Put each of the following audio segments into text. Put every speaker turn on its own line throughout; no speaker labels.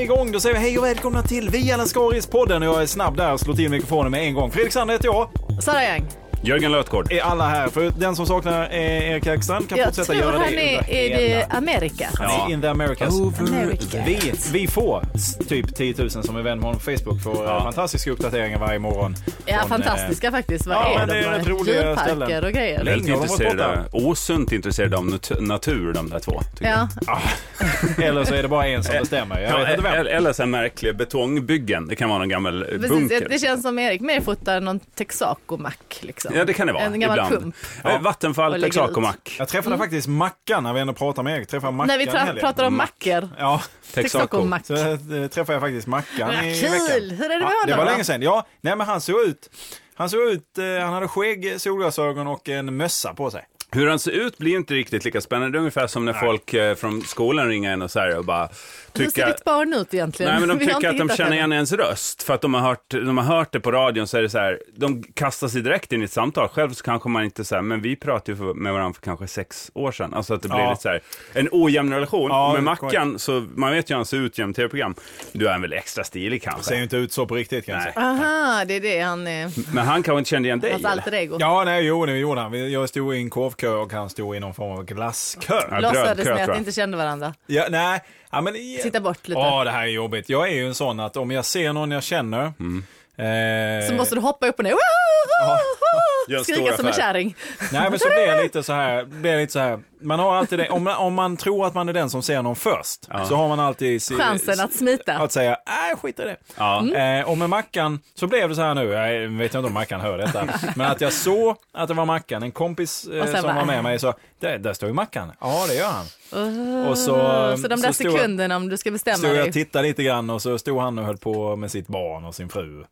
igång. Då säger vi hej och välkomna till Vi alla Skaris-podden. Jag är snabb där och slår till mikrofonen med en gång. Fredrik Sander heter jag.
Sara Yang.
Jörgen Lötgård.
Är alla här? För den som saknar eh, Erik Ekstrand kan
Jag
fortsätta
tror
göra det.
han är
under
i
hela-
Amerika.
Han är in the Americas.
Oh,
America.
Vi, vi får s- typ 10 000 som är vän med honom på Facebook för eh, fantastiska uppdateringar varje morgon.
Ja,
Från, eh,
fantastiska faktiskt. Vad
ja,
är
men
de?
det är rätt roliga ställen.
Djurparker och grejer.
Länge
Väldigt
har de varit borta.
intresserade, osunt intresserade av nat- natur de där två. tycker
Ja,
eh, Eller så är det bara en som bestämmer. Jag
jag.
vet
Ja,
inte vem.
eller- eller så här märkliga betongbyggen. Det kan vara någon gammal eh,
precis.
bunker.
Det- Det känns som Erik mer fotar någon Texaco-mack. Liksom.
Ja, det kan det vara.
En gammal
ibland.
pump.
Ja. Eh,
Och
Vattenfall,
lägger
Texacomac.
Jag träffade faktiskt Mackan när vi ändå pratar med Erik. Träffade Mackan
Mm. När vi
i
pra-
helgen.
pratar om mackor.
Ja,
Texaco-mack.
så eh, träffade jag faktiskt Mackan
Vad
i
kul!
veckan.
Hur är det med
Ja, det
honom
var
då?
länge sedan. Ja, nej men han såg ut, han såg ut, eh, han hade skägg, solglasögon och en mössa på sig.
Hur han ser ut blir inte riktigt lika spännande. Det är ungefär som när folk eh, från skolan ringer en och, så här och bara
Hur ser
tycker...
ditt barn ut egentligen?
Nej, men de
Vi har
tycker
inte
att de
hittat
känner
henne.
igen ens röst. För att de har hört, de har hört det på radion så är det så här, de kastar sig direkt in i ett samtal. Själv så kanske man inte så här, men vi pratade ju för, med varandra för kanske sex år sedan. Alltså att det blir
Ja.
lite så här, en ojämn relation.
Ja,
Och med
det-
Mackan, så man vet ju hur han ser ut genom tv-program. Du är väl extra stilig kanske?
Ser Alltså, ju inte ut så på riktigt kanske.
Nej.
Aha, det är det han är.
Men han kanske inte kände igen dig?
Hans
eller?
alter ego.
Ja, nej, jo, det gjorde han. Vi- Jag stod i en korvkö och han stod i någon form av glasskö.
Ja.
Låtsades
brödkö,
ni att
tror
ni
jag.
inte kände varandra?
Ja, nej, ja, men... i-
Titta bort lite.
Ja, det här är jobbigt. Jag är ju en sån att om jag ser någon jag känner...
Mm.
eh,
Så måste du hoppa upp och ner.
Gör en stor
Skrika som en
affär.
kärring.
Nej men så blir det lite så här, blir det lite så här. Man har alltid det, om man, om man tror att man är den som ser någon först, så har man alltid si-
Chansen att smita.
att säga, nej skit i det.
Ja.
Mm.
Eh, och med Mackan så blev det så här nu, jag vet inte om Mackan hör detta, men att jag såg att det var Mackan, en kompis eh,
Och sen
som
bara, "Äh."
var med mig sa, där, där står ju Mackan. Ja det gör han.
Oh,
Och så,
Mm, så de där
alltså, så stod jag-
sekunderna om du ska bestämma
Stod jag och
dig.
tittade lite grann och så stod han och höll på med sitt barn och sin fru.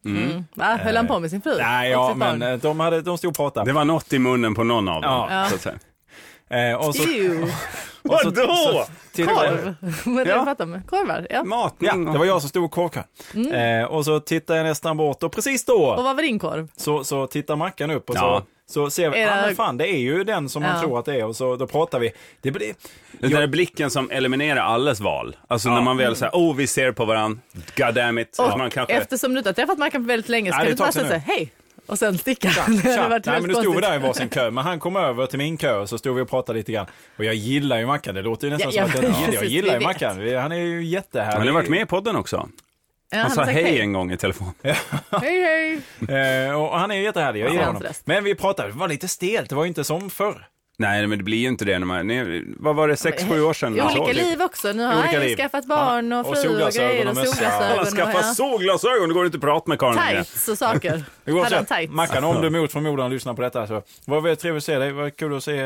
Va? Höll han på med sin fru?
Mm. Nej,
Mm. Och
ja,
sitt barn?
men eh, de, hade, de stod och pratade.
Det var något i munnen på någon av dem.
Ja.
Så att säga.
Eh, och så,
Ew,
och så,
Vadå?
tittade jag-
korv! Vad är det
Ja.
du pratar om? Korvar? Ja.
Matning
Ja,
och-
det var jag som stod i korvkön.
Mm.
Eh, och så tittar jag nästan bort och precis
Och
då
vad var din korv?
så, så tittar Mackan upp och
Ja.
så, så ser vi,
Är det-
ah, men fan det är ju den som man
Ja.
tror att det är och så då pratar vi. Det blir,
Den där blicken som eliminerar alles val. Alltså när man väl säger, oh vi ser på varandra, god damn it.
Och
Att man kanske...
eftersedan du inte har träffat Markan på väldigt länge så
Nej,
kan
det
du
är
inte bara
ett tag
säga
sedan
så här, hej och sen sticka.
tja,
Det hade
tja.
varit
Nej men
väldigt
nu stod vi
konstigt.
där i varsin kö, men han kom över till min kö och så stod vi och pratade lite grann. Och jag gillar ju Mackan, det låter ju nästan
Ja,
som
ja,
att jag inte gillar, jag
precis,
gillar ju
vi vet.
Mackan. Vi- Han är ju jättehärlig.
Han har varit med i podden också.
Ja,
Alltså,
Han sa
hade
hej,
sagt
en gång i telefon.
Hej, hej.
Eh, och och han är ju jättehärlig, jag gillar
Ja.
honom.
Förresten.
Men vi pratade, det var lite stelt, det var ju inte som förr.
Nej, men det blir ju inte det när man... Nej, vad var det, sex, sju år sedan? Alltså,
I olika
Så.
liv också. Nu har
olika
han ju
liv.
skaffat barn och
Ja, och
fru och
solglasögon
grejer och
och mössa.
solglasögon.
Alla
och
skaffar
ja.
solglasögon, det går inte att prata med Karin längre.
Tights och saker.
Det går
Hade han
att säga.
tights?
Mackan, om du mot förmodan lyssnar på detta så var väldigt trevligt att se dig. Vad kul att se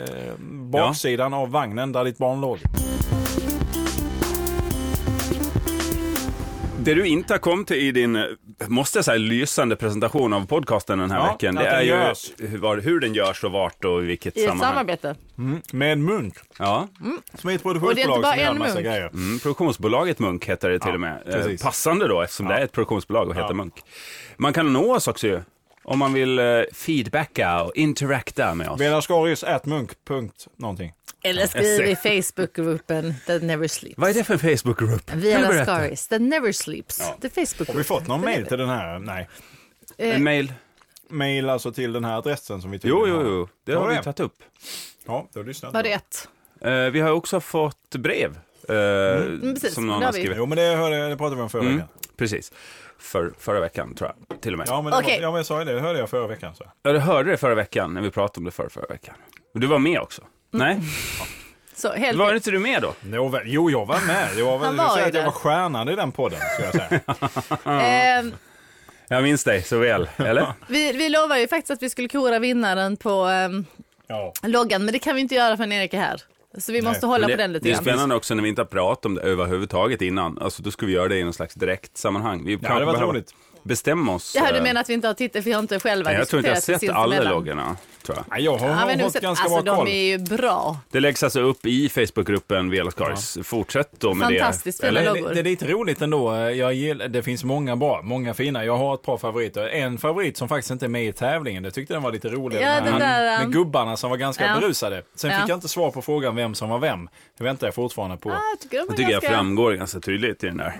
eh, baksidan av vagnen där ditt barn låg.
Det du inte har kommit till i din, eh, måste jag säga, lysande presentation av podcasten den här
Ja,
veckan.
att
Det
den
är ju
görs.
hur, var, hur den görs och vart och i vilket
I ett
sammanhang.
samarbete.
Med en munk.
Ja.
Som är ett
Och det är inte
produktionsbolag
bara
som gör en
en
massa
munk.
grejer.
Mm, produktionsbolaget Munk heter det till och med. Eh,
precis.
Passande då eftersom det är ett produktionsbolag och heter Munk. Man kan nå oss också ju. Om man vill eh, feedbacka och interacta med oss.
Velaskaris at munk. Punkt någonting.
Eller skriv i Facebookgruppen That Never Sleeps.
Vad är det för en Facebookgrupp?
Vi
Kan du
alla
berätta?
Scaris, That Never Sleeps.
Ja.
Det är Facebook.
Har vi fått någon mail till den här? Nej. Eh,
Eh,
En mail?
Mail alltså till den här adressen som vi tog.
Jo, jo, jo. Det
Ja,
har
det.
vi tagit upp.
Ja, du har lyssnat.
Var det ett?
Eh, vi har också fått brev. eh,
Mm, precis.
Som
Det
någon
har
har
vi.
skrivit.
Jo, men det, hörde, jag- det pratade vi om förra
Mm.
veckan.
Precis. För, förra veckan tror jag, till och med.
Ja, men, det
Okej.
var, ja, men jag sa ju det. Det hörde jag förra veckan. Så.
Ja, du hörde det förra veckan när vi pratade om det förra, förra veckan. Och du var med också.
Mm.
Nej,
Så helt
var inte du med då?
Nåväl, Jo, jag var med. Jag var, väl,
Han var
jag
ju
säger att jag
där.
var stjärnan i den podden, ska jag säga.
Ehm,
Jag minns dig så väl, eller?
vi, vi lovade ju faktiskt att vi skulle kora vinnaren på ehm,
Ja.
loggan, men det kan vi inte göra förrän Erik är här. Så vi måste hålla på
Men
den lite
det är
grann.
spännande också när vi inte har pratat om det överhuvudtaget innan. Alltså, då skulle vi göra det i någon slags direkt sammanhang. Vi
Det hade varit
behöver-
roligt.
bestämma oss.
Det här du
eh,
menar att vi inte har tittat, för vi har inte själva
nej, Jag tror inte jag har
diskuterat det
sett alla
sinsemellan.
loggarna, tror jag.
Ja, jag har,
Ja,
har
men
fått
oavsett,
ganska
alltså,
bra koll.
de är ju bra.
Det läggs alltså upp i Facebookgruppen Velas Cars. Fortsätt då med det.
Fantastiskt fina
Eller?
Det,
loggor.
det är lite roligt ändå. Jag gillar, det finns många bra, många fina. Jag har ett par favoriter. En favorit som faktiskt inte är med i tävlingen, det tyckte den var lite rolig.
Ja, den där,
med
um,
gubbarna som var ganska
ja.
berusade. Sen
Ja. Ah.
fick jag inte svar på frågan vem som var vem. Det väntar jag fortfarande på.
Ja, jag tycker de är
Jag tycker jag
ganska...
framgår ganska tydligt i den där.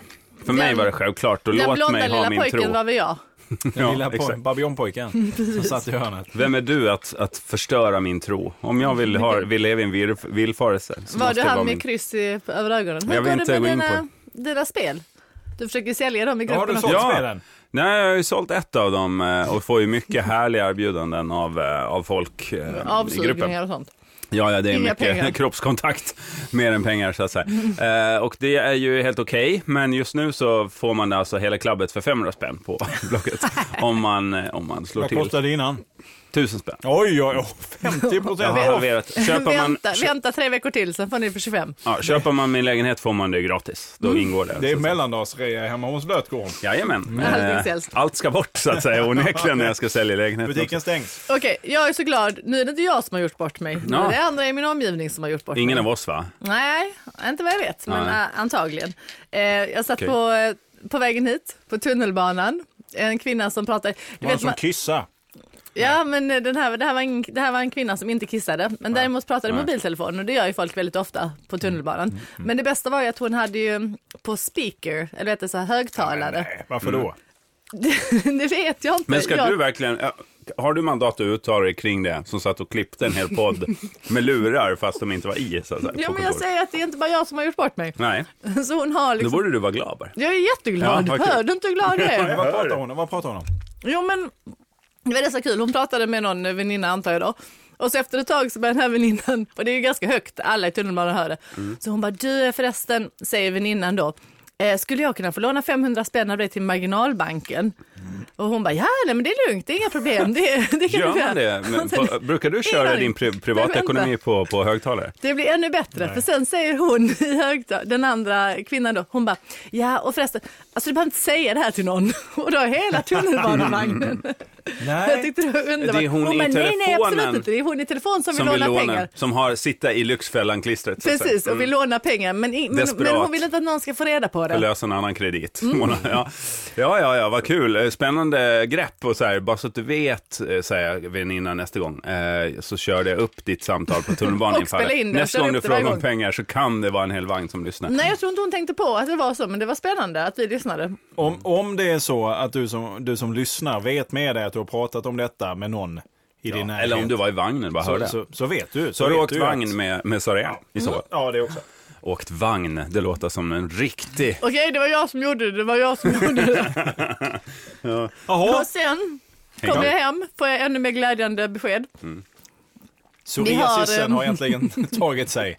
För mig
Den-
var det självklart och
Den
låt
blonda
mig ha
lilla
min
pojken
tro.
var väl jag.
Ja,
Den lilla po-
exakt.
babianpojken som satt i hörnet.
Vem är du att, att förstöra min tro? Om jag vill, ha, vill leva i en vir- villfarelse så
Var
måste
du
det vara
han
min...
med kryss i, över ögonen? Hur
Jag vill
går
inte
det
gå
med
in
dina, dina spel? Du försöker sälja dem i
Ja, har
gruppen
du
också.
sålt
Ja.
spelen?
Nej, jag har ju sålt ett av dem eh, och får ju mycket härliga erbjudanden av, eh, av folk eh, i gruppen.
Avsugningar och sånt.
Ja, ja, det är
Inga
mycket
pengar. Mm.
kroppskontakt mer än pengar så att säga. Eh, och det är ju helt okej, men just nu så får man alltså hela klabbet för 500 spänn på Blocket. om, man, eh, om man slår
Vad
till.
kostade det innan?
1000 spänn.
Oj, oj, oj. 50
Jag har
procent.
halverat. Köper man,
vänta, vänta tre veckor till, sen får ni för 25.
ja, köper man min lägenhet får man det gratis.
Mm.
Då ingår
Det
det.
är
så att säga.
mellandagsrea hemma hos Lötgården.
Jajamän.
Allting
Eh,
säljs.
Allt ska bort så att säga onekligen när jag ska sälja lägenheten.
Butiken stängs.
Okej, jag är så glad. Nu är det inte jag som har gjort bort mig. Nu
Ja.
är det andra i min omgivning som har gjort bort
också. Ingen
mig.
av oss va?
Nej, inte vad jag vet, men
Nej.
ä, antagligen. Eh, jag satt
Okej.
på, eh, på vägen hit, på tunnelbanan. En kvinna som pratade... Du
Var det
vet,
som
man,
kissa?
ja, men eh, den här, det, här var en, det här var en kvinna som inte kissade, men däremot pratade i
Nej. Mm.
mobiltelefon och det gör ju folk väldigt ofta på tunnelbanan. Men det bästa var ju att hon hade ju på speaker, eller vet du, så här högtalare.
Nej, varför
Mm.
då?
det vet jag inte.
Men ska
jag,
du verkligen, ja, har du mandat att uttala dig kring det som satt och klippte en hel podd med lurar fast de inte var i så att säga,
Ja,
på
men jag
kontoret?
säger att det är inte bara jag som har gjort bort mig.
Nej,
Så hon har
då
liksom...
borde du vara glad bara.
Jag är jätteglad.
Ja, vad kul.
Hör du inte hur glad jag är?
Vad pratar hon om? Vad pratar hon om?
Jo men det var så kul, hon pratade med någon väninna antar jag då. Och så efter ett tag så började den här väninnan, och det är ju ganska högt, alla i tunnelbanan hör det.
Mm.
Så hon bara, du förresten, säger väninnan då, eh, skulle jag kunna få låna 500 spänn av dig till marginalbanken? Och hon bara, ja nej, men det är lugnt, det är inga problem. Det, det kan
Mm.
Alltså, du
Gör man det? Men, på, brukar du köra
aning.
din pri- privatekonomi på, på högtalare?
Det blir ännu bättre, för sen säger hon i högtal, den andra kvinnan då, hon bara, ja och förresten, alltså du behöver inte säga det här till någon. Och då har hela tunnelbanevagnen Jag tyckte det var underbart.
Det är hon i
bara, nej, nej, absolut
telefonen
inte. Det är hon i telefon som,
Som
vill
vill
låna
låna,
pengar.
som har sitta i Lyxfällan-klistret. så att säga. Mm.
Precis, och vill låna pengar. Men, i, men,
Desperat.
men hon vill inte att någon ska få reda på
för
det.
lösa en annan kredit.
Mm.
Mona, Ja. ja, ja, ja, vad kul. Eh, Spännande grepp och så här, bara så att du vet, eh, säger jag väninnan nästa gång, eh, så körde jag upp ditt samtal på tunnelbanan
Och
inför
spela
det.
in det,
Nästa
kör
gång
upp
du
det varje
frågar om
gång.
pengar så kan det vara en hel vagn som lyssnar.
Nej, jag tror inte hon tänkte på att det var så, men det var spännande att vi lyssnade.
Om, om det är så att du som, du som lyssnar vet med dig att du har pratat om detta med någon i din närhet.
Eller om du var i vagnen, bara hörde.
så,
Så,
så, så vet du. Så,
har du
vet
åkt
ju
vagn
att-
med, med Sara i så fall.
Ja, det också.
Åkt vagn, det låter som en riktig...
Okej, det var jag som gjorde det. Det var jag som gjorde det.
Jaha,
Och sen
Häng
kom
med.
jag hem, får jag ännu mer glädjande besked. Vi har,
psoriasisen
ehm,
har äntligen tagit sig.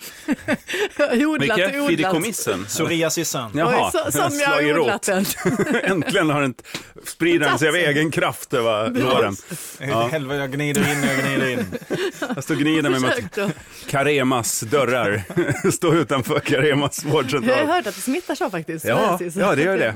Mm.
odlat och
Vilka?
odlat.
Fideikommissen?
Psoriasisen.
Jaha,
Oj, så, som jag
slagit
har
rot.
odlat den.
Äntligen har den sprider den sig av egen kraft över låren.
Helvete, jag gnider in, jag gnider in.
Jag står och gnider mig mot
Försök då.
Caremas dörrar. Stå utanför Caremas
Jag Mm. har
vårdcentral.
hört att det smittar så faktiskt.
Ja,
Psoriasis.
ja, det gör det. Eh,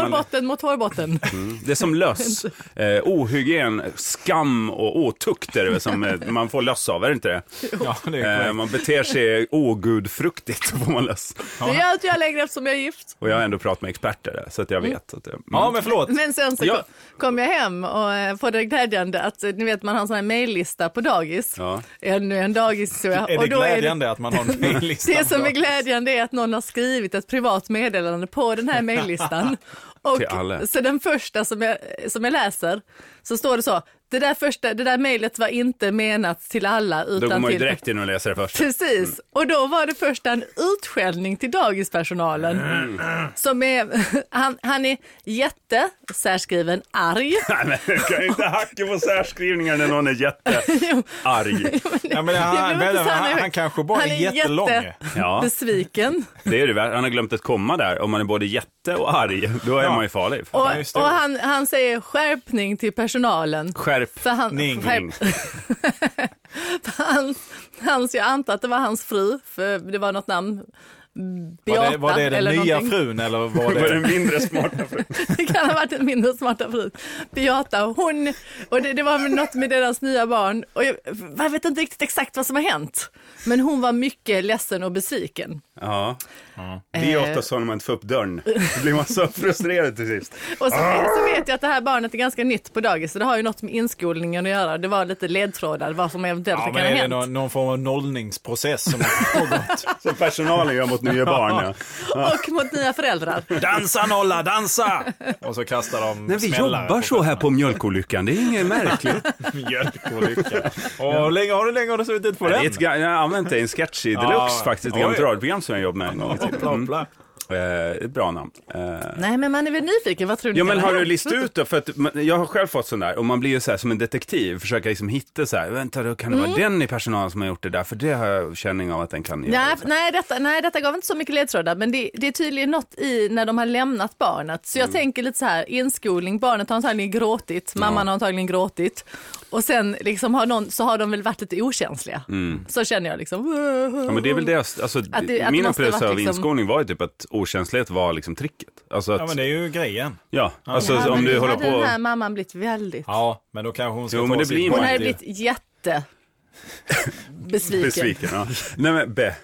Hårbotten mot hårbotten.
Det är som löss. Eh, ohygien, skam och otukt är det väl som eh, man får löss av, är det inte det?
Ja, det är
Eh,
korrekt.
man beter sig ogudfruktigt, så får man löss.
Det gör inte jag längre eftersom jag är gift.
Och jag har ändå pratat med experter där, så att jag vet att det... Mm.
Ja, men förlåt.
Men sen så
Ja.
kom jag hem och eh, får det glädjande att eh, ni vet man har en sån här mejllista på dagis.
Ja.
Ännu en dagishistoria.
Är det
Och då är
glädjande att man har en mejllista?
Det, det som är glädjande är att någon har skrivit ett privat meddelande på den här mejllistan. Och
Till alla.
så den första som jag, som jag läser så står det så. Det där, första, det där mejlet var inte menat till alla
Då går
utan
man ju
till
direkt in och läser det först.
Precis,
Mm.
och då var det först en utskällning till dagispersonalen. Som är, han, han är jätte, särskriven, arg.
Nej, men du kan ju inte hacka på särskrivningar när någon är jättearg.
Ja, men han,
Det blev
han,
inte så
han,
här-
han kanske bara
han
är jättelång.
Ja.
Besviken.
Det är det värsta. Han har glömt att komma där. Om man är både jätte och arg, då är
Ja.
man ju farlig.
Och,
Ja, just det.
och han, han säger skärpning till personalen.
Skärp.
För han,
Ning. Mm.
skärp, för han, hans, jag antar att det var hans fru, för det var något namn. Beata.
Var det, var det den
eller
nya
någonting.
frun eller var
Det var
det...
den mindre smarta frun.
Det kan ha varit en mindre smarta fru. Beata, hon, och det, det var väl något med deras nya barn. Och jag, jag vet inte riktigt exakt vad som har hänt. Men hon var mycket ledsen och besviken.
Ja. Det är ofta så när man inte får upp dörren. Då blir man så frustrerad till sist.
Och så, så vet jag att det här barnet är ganska nytt på dagis, så det har ju något med inskolningen att göra. Det var lite ledtrådar vad som eventuellt
Ja,
kan ha
men är det
hänt.
någon, någon form av nollningsprocess som har pågått?
Som personalen gör mot nya barn. Ja.
Och mot nya föräldrar.
Dansa nolla, dansa! Och så kastar de
Men vi
smällare
jobbar så här på mjölkolyckan, det är inget märkligt.
Mjölkolycka. Och hur länge har du länge har du suttit på
Det
den?
är ett, ga- jag har använt det i en sketch i
Ja.
Deluxe faktiskt, ett
Oj.
gammalt radioprogram som jag jobbade med en gång i tiden. Mm.
Hoppla.
Eh, Ett bra namn. Eh,
Nej, men man är väl nyfiken. Vad tror ni
Ja
kan
men
ha
har du
hänt?
listat ut då? För att man, jag har själv fått sån där och man blir ju så här som en detektiv, försöker liksom hitta så här, vänta då kan det
Mm.
vara den i personalen som har gjort det där? För det har jag känning av att den kan göra.
Nej,
det.
nej, detta, nej, detta gav inte så mycket ledtrådar, men det, det är tydligen något i när de har lämnat barnet.
Mm.
Så jag tänker lite så här, inskolning, barnet har antagligen gråtit, mamman har antagligen gråtit. Och sen liksom har någon, så har de väl varit lite okänsliga. Så känner jag liksom.
Mm. Ja, men det är väl det, alltså,
Att det- att
min
det måste ha
upplevelse
varit
av
liksom-
inskolning var ju typ att okänslighet var liksom tricket. Alltså att,
Ja
ja,
men det är ju grejen.
alltså
Ja,
om
men
du
nu
håller
hade den här
på,
mamman blivit väldigt.
Ja, men då kanske hon ska
Jo,
ta
men det
sitt
blir man
Hon
barn.
hade
det-
blivit jätte besviken.
besviken. Ja. Nej men be,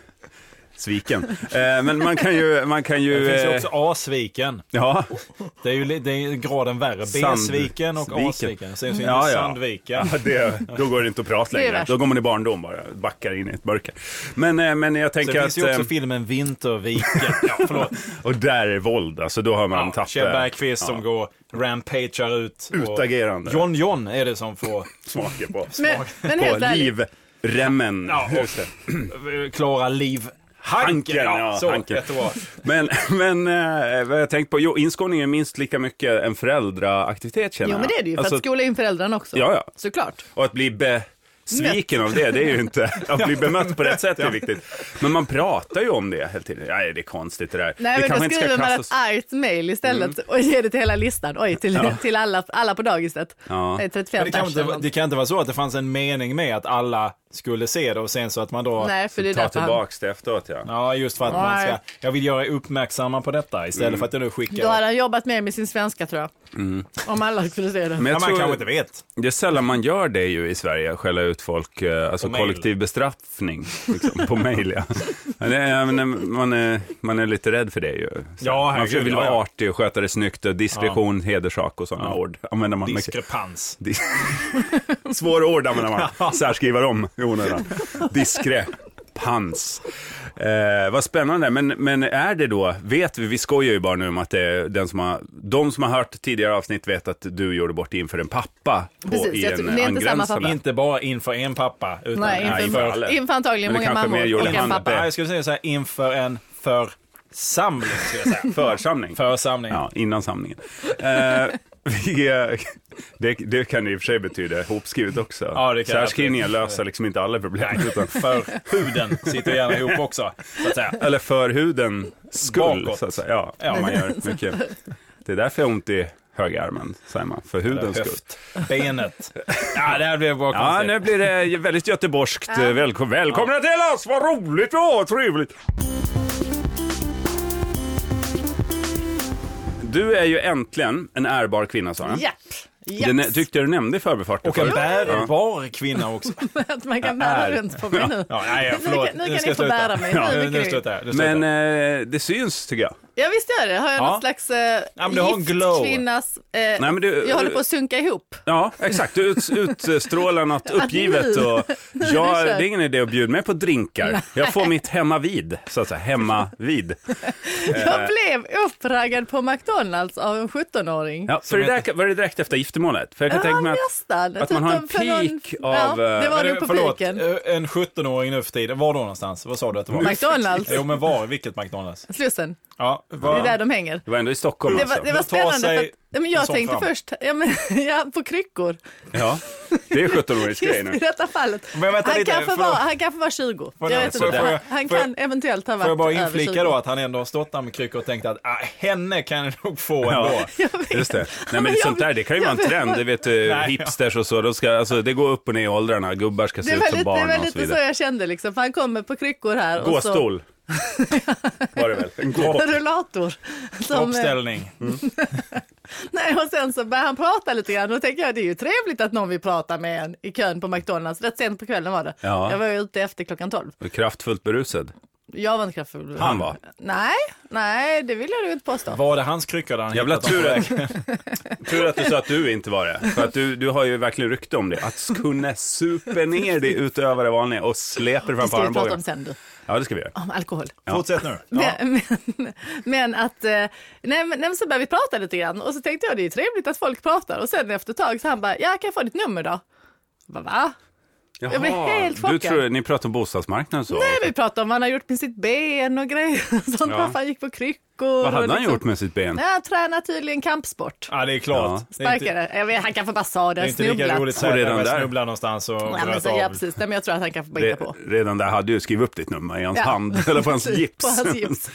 sviken. Eh, men man kan ju, man kan ju,
Det finns ju
eh,
också A-sviken.
ja,
Det är ju li- det är ju graden värre.
Sand-
B-sviken och
sviken.
A-sviken. Sen finns det
Ja, ja.
Sandviken.
Ja, det, då går det inte att prata
Det är
längre.
värst.
Då går man i barndom bara, backar in i ett mörker. Men, eh, men jag
Sen
tänker
finns
att,
ju också
eh,
filmen Vinterviken. Ja, förlåt.
och där är våld, alltså då har man
Ja,
tappat.
Kjell Bergqvist som går rampagear ut. och-
Utagerande.
John John är det som får
Smaker på,
Men, men
på
helt ärligt,
livremmen.
Ja, och-
Just det.
eh, klara liv.
Hanken, ja,
så,
Hanken.
jättebra.
Men, men eh, vad jag tänkt på, jo, inskolning är minst lika mycket en föräldraaktivitet känner
jo men det är det ju, för
Alltså,
att skola in föräldrarna också.
Ja, ja.
Såklart.
Och att bli besviken av det, det är ju inte, att bli bemött på rätt sätt är viktigt. Men man pratar ju om det hela tiden. Nej, det är konstigt det där.
Nej,
det
men då
kanske inte
skriver
ska Mm.
man
kastas...
ett argt mejl istället och ger det till hela listan. Oj, till, till alla, alla på dagiset.
Ja.
Nej,
Men
35
det, kan
pers.
inte,
eller
vara-
något.
det kan inte vara så att det fanns en mening med att alla skulle se det och sen så att man då...
Nej, för det är
Ta
därför han,
tillbaks det efteråt ja.
Ja, just för att man ska...
Nej.
Jag vill göra er uppmärksamma på detta istället för att jag nu skickar...
då hade han jobbat mer med sin svenska tror jag. Om alla skulle se det.
Mm. Men
Ja,
jag
man
tror
kanske inte vet.
det är sällan man gör det ju i Sverige, skälla ut folk, eh, alltså
På mail.
kollektiv bestraffning liksom, på mejl. Ja. Men det är- men Man, är, man är lite rädd för det ju. Så
Ja,
man
herregud,
vill
ja,
vara
ja.
artig och sköta det snyggt och diskretion, hederssak och sådana ord. Använder man mycket.
Diskrepans.
Dis- Svåra ord använder man. Särskriva om i onödan. Diskrepans. Eh, vad spännande. Men, men är det då, vet vi, vi skojar ju bara nu om att det är den som har, de som har hört tidigare avsnitt vet att du gjorde bort det inför en pappa på,
Precis,
i
jag
en
tror- det är inte samma
angränsande.
pappa.
Inte bara inför en pappa, utan
Nej,
Nej,
inför,
inför alla.
inför antagligen
Men det
många
kanske mer
mammor
gjorde
och en
han
pappa.
det.
Nej, jag skulle säga så här, inför en församling, skulle jag säga.
Församling.
Församling.
Ja, innan samlingen. Eh, vi, eh, det, det kan i och för sig betyda hopskrivet också.
Ja, det kan
Särskrivningar
absolut.
löser liksom inte alla problem. Utan,
Nej, för huden sitter gärna ihop också, så att säga.
eller för huden skull,
Bakåt.
så att säga. Ja,
Ja.
Man gör mycket. Det är därför jag har ont i högerarmen, säger man. För hudens skull.
Höft, benet. Ja, det här blev bara
Ja,
konstigt.
nu blir det väldigt göteborgskt. Välko- välkomna till oss! Vad roligt vi har! Trevligt! Du är ju äntligen en ärbar kvinna, Sara.
Japp, japp.
Det nä- tyckte jag du nämnde i förbifarten.
Och en
förut.
bärbar kvinna också.
att man kan bära
Är.
runt på mig nu.
Ja, nej,
Nu kan-
förlåt.
nu kan
ska
ni
jag
få
sluta.
bära mig.
Ja,
Nu
nu,
är det
nu
kul.
slutar jag. Nu slutar
Men
jag.
eh, det syns, tycker jag.
Ja visst gör det. Har jag
Ja.
någon slags eh,
men du har en
gift
glow.
kvinnas... Eh,
Nej, men du-
jag håller på att sunka ihop.
Ja, exakt. Du ut, utstrålar något uppgivet.
nu-
Och,
nu är
ja,
det
det
kört.
är ingen idé att bjuda mig på drinkar. Jag får mitt hemmavid, så att säga. Hemmavid. Eh.
Jag blev uppraggad på McDonalds av en 17-åring.
Ja, för det där var det direkt efter giftermålet. För jag kan
Ja,
tänka mig att
nästan.
att man har en
Typ för någon-
peak av,
Ja, det
eh,
var
Men
nog
du,
på
förlåt,
piken.
eh, en 17-åring nu för tiden. Var då någonstans? Vad sa du att
eh,
det var?
McDonalds,
Jo, men var? Vilket McDonalds?
Slussen.
Ja,
Det
var?
är där de hänger.
Det var ändå i Stockholm
Det var,
alltså.
det var
ta
spännande. För
sig
att, ja, men jag
en sån
tänkte
fram.
först ja, men, ja, på kryckor.
Ja, det är 17-årings grej
Just i
nu.
detta fallet.
Men vänta
han,
lite,
kanske
får
var,
jag-
han kanske var 20. Jag
jag-
vet
får
inte.
jag-
Han, han
får jag-
kan eventuellt ha varit
Får jag bara
över 20.
inflika då att han ändå har stått där med kryckor och tänkt att ah, henne kan jag nog få ändå.
Ja,
Jag vet.
just det.
Ja,
Nej,
men
men
jag
sånt där,
vet-
det kan ju vara en
jag vet.
trend. Det vet du,
Nej, ja.
hipsters och så. De ska, alltså, det går upp och ner i åldrarna. Gubbar ska se
Det
ut
var
som
lite, det
barn
var
och så
lite så
vidare.
jag kände liksom. För han kommer på kryckor här. och så-
Gåstol. var det väl? En gåva.
rullator. Som, eh,
Kroppsställning.
nej, och sen så börjar han prata lite grann. Då tänker jag det är ju trevligt att någon vill prata med en i kön på McDonalds. Rätt sent på kvällen var det.
Ja.
Jag var ju ute efter klockan 12.
Kraftfullt berusad.
Jag var inte kraftfull.
Han var.
Nej, nej, det vill jag nog inte påstå.
Var det hans kryckor där han
Jävla
hittat dem?
tur att, tur att du sa att du inte var det. För att du, du har ju verkligen rykte om det. Att kunna supa ner dig utöver det vanliga och släpa
Det
framför
ska vi prata om
armbågen.
sen du.
Ja, det ska vi göra.
Om alkohol.
Fortsätt nu. Ja.
Men, men, men att, eh, nej, men, nej men så började vi prata lite grann och så tänkte jag det är trevligt att folk pratar och sen efter ett tag så han bara, ja kan jag få ditt nummer då? Jag bara, va?
Jaha,
Jag blev helt
du
chockad.
tror, ni pratar om bostadsmarknaden och så?
Nej vi pratade om vad han har gjort med sitt ben och grejer och sånt,
Ja.
varför han gick på kryckor.
Vad
och
hade han
liksom-
gjort med sitt ben?
Ja, han tränar tydligen kampsport.
ja, det är klart.
Ja.
Det är inte,
Starkare. Jag vet, han kanske bara sa det,
det är
han
inte lika roligt att
snubblat.
Och
säga
redan
att
där.
jag snubblar någonstans och
Ja, men
bröt
så, ja,
av.
precis. Nej, men jag tror att han kanske bara
Re,
hittar på.
Eh, redan där hade du skrivit upp ditt nummer i hans
Ja.
hand, eller på hans
Typ,
gips.
På hans gips.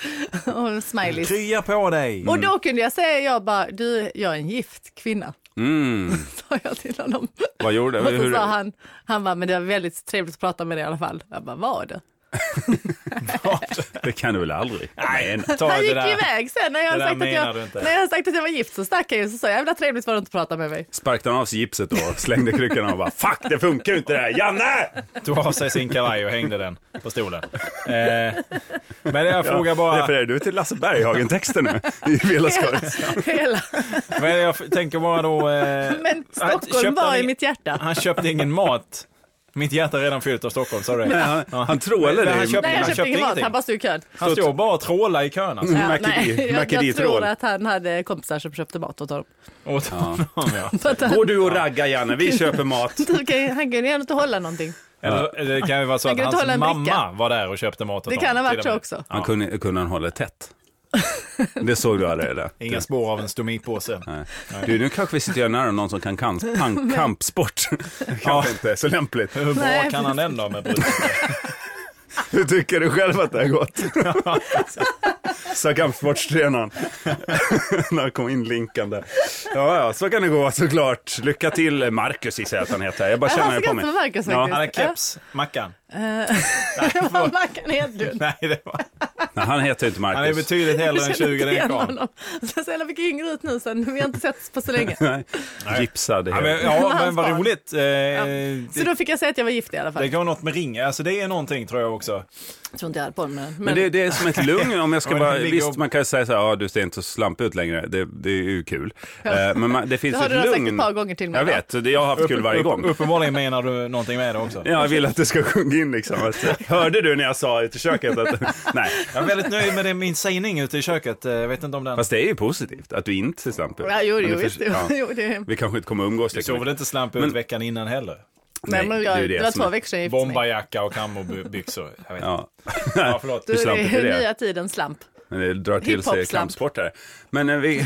och en smiley.
Krya på dig!
Och då kunde jag säga, jag bara, du, jag är en gift kvinna.
Mm,
Sa jag till honom.
vad gjorde
Och så
hur-
sa han, han bara, men det var väldigt trevligt att prata med dig i alla fall. Jag bara, var det?
Det kan du väl aldrig? Nej,
Ta
Han
det
gick
där.
iväg sen när jag, hade
där
sagt att
menar
jag,
du inte.
när jag hade sagt att jag var gift så stack han ju så sa jag, jävla trevligt var det inte att prata med mig.
Sparkade han av sig gipset då, slängde kryckan och bara Fuck, det funkar ju inte det här! Janne!
tog av sig sin kavaj och hängde den på stolen. Eh, men jag frågar bara,
Refererar du till Lasse Berghagen-texten nu? I Vela Skoj.
Hela.
men jag f- tänker bara då... Eh,
Men
han
Stockholm
köpte
var
han
i
ing-
mitt hjärta.
Han köpte ingen mat. Mitt hjärta är redan fyllt av Stockholm, sa du det?
Han, han trålade
Men han
dig.
köpte-
Nej,
han
jag köpte ingen mat,
ingenting.
han bara stod i kön.
Han står bara och trålar i kön alltså.
Ja,
Mackie-
nej, jag,
Mackie
jag tror
Troll.
att han hade kompisar som köpte mat åt honom.
Åt honom, ja.
För att han,
Går du och raggar Janne, vi köper mat.
du kan, han kunde ju ändå inte hålla någonting.
Eller eller det kan ju vara så
Han
att
kan inte hålla
hans mamma
en bricka.
var där och köpte mat åt
Det
honom.
kan ha varit
till och
så
med.
också.
Han kunde, kunde han hålla tätt. Det såg du aldrig det.
Inga spår av en stomipåse.
Nej. Du, nu kanske vi sitter här nära någon som kan kamp, pan, kampsport. Kanske inte så lämpligt.
Hur bra
Nej,
kan han den då med bruten?
Hur tycker du själv att det har gått? Sa kampsportstränaren. När han kom in linkande. Ja, ja, så kan det gå såklart. Lycka till Marcus gissar jag att han heter. Jag bara
Ja, han
känner
ser
det på mig.
ganska Marcus
Ja,
Han
faktiskt.
har keps, Mackan.
Eh, Vad man kan heta.
Nej, det var...
Nej, han heter ju inte Marcus.
Han är betydligt hellre än 20 den karln.
Ser så jävla mycket yngre ut nu sen, vi har inte setts på så länge.
Nej. Gipsad.
Ja,
Ja,
men, ja, men vad
Hans barn.
roligt. Eh,
Så
det,
då fick jag säga att jag var gift i alla fall.
det kan vara något med ring. Alltså det är någonting tror jag också.
Jag tror inte jag hade på mig den.
Men det, det är som ett lugn om jag ska
Ja, men
bara,
det ligger och-
visst man kan ju säga så här, ja du ser inte så slampig ut längre, det, det är ju kul. Eh, Men man, det finns
har
ett
du redan sagt
lugn.
ett par gånger till mig,
Jag
va?
vet, så det- jag har haft kul varje gång.
uppenbarligen menar du någonting med det också.
Ja, jag vill att det ska sjunga in liksom. Att, hörde du när jag sa ute i köket att, nej.
Jag är väldigt nöjd med det, min sägning ute i köket. Eh, Jag vet inte om den...
Fast det är ju positivt att du inte ser slampig ut.
Ja, jo,
Men
jo,
det
visst.
förs- ja.
Jo, det...
Vi kanske inte kommer att umgås
Du såg väl inte slamp ut veckan innan heller?
Nej, men
det är ju
jag,
det
det var
som
två
är-
veckor sedan jag gifte mig.
Bomberjacka och kammobyxor. Jag vet inte.
Ja.
Ja, förlåt.
Du, det
slamp inte
är
det.
nya tidens slamp.
Men det drar till sig
Hiphop-slamp.
kampsportare. Men eh, vi,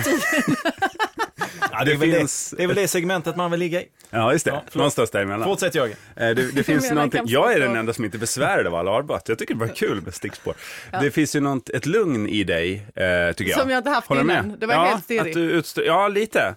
Ja, det, är väl
finns-
det, det är väl det segmentet man vill ligga i.
ja just det,
förlåt.
någonstans däremellan.
Fortsätt Jörgen.
Eh, Det, det finns
menar
någonting,
kampsport
jag är
då?
den enda som inte besvärade av alla arbat. Jag tycker det var kul med stickspår. Det finns ju något, ett lugn i dig, eh, tycker jag.
Som jag inte haft
du
innan.
med?
Det var
ja,
helt stirrig.
att du utstr- Ja, lite.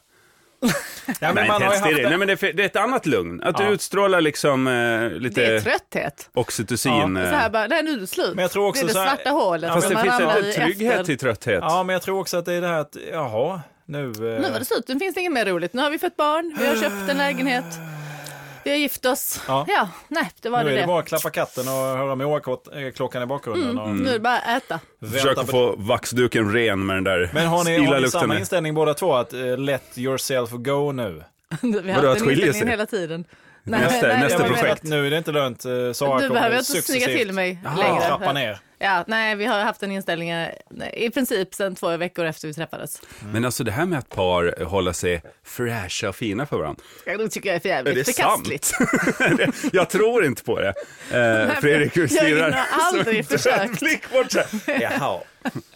Ja, men
Nej,
man
inte helt
har ju
stirrig. Nej,
haft
men det, är- det är ett annat lugn. Att
Ja.
du utstrålar liksom eh, lite...
Det är trötthet.
Oxytocin.
Så
eh,
här bara, nej nu är det slut.
Men jag tror också
det är det
så här-
svarta hålet
Ja,
Fast
som
det
man
finns
ramlar
inte
i
trygghet
efter.
i trötthet.
ja, men jag tror också att det är det här att, jaha, nu... eh,
Nu var det slut, nu finns det inget mer roligt. Nu har vi fått barn, vi har köpt en lägenhet, vi har gift oss.
Ja.
Ja, nej, det var
nu
det
är
det. Mm.
det bara att klappa katten och höra Moa-klockan i bakgrunden.
Mm.
Och
Nu är det bara att äta.
vänta
Försök att
på
få vaxduken ren med den där
Men har ni,
illa
har ni
lukten.
samma inställning båda två att eh, let yourself go nu?
Vi har
Vadå, att
haft den
skilja sig?
inställningen hela tiden. Nej,
Nästa- nästa
jag menar
projekt.
att Nu är det inte lönt. eh, Sara
att Du
kommer
behöver inte
successivt
snygga till mig längre.
Trappa ner.
Ja, nej, vi har haft den inställningen nej, i princip sedan två veckor efter vi träffades.
Men alltså det här med att par håller sig fräscha och fina för varandra.
Ja, Det tycker jag är för
Är
jävligt
det
förkastligt.
sant? jag tror inte på det. Eh, Fredrik stirrar.
Jag har aldrig
så en
försökt.
blick bort så här. Jaha.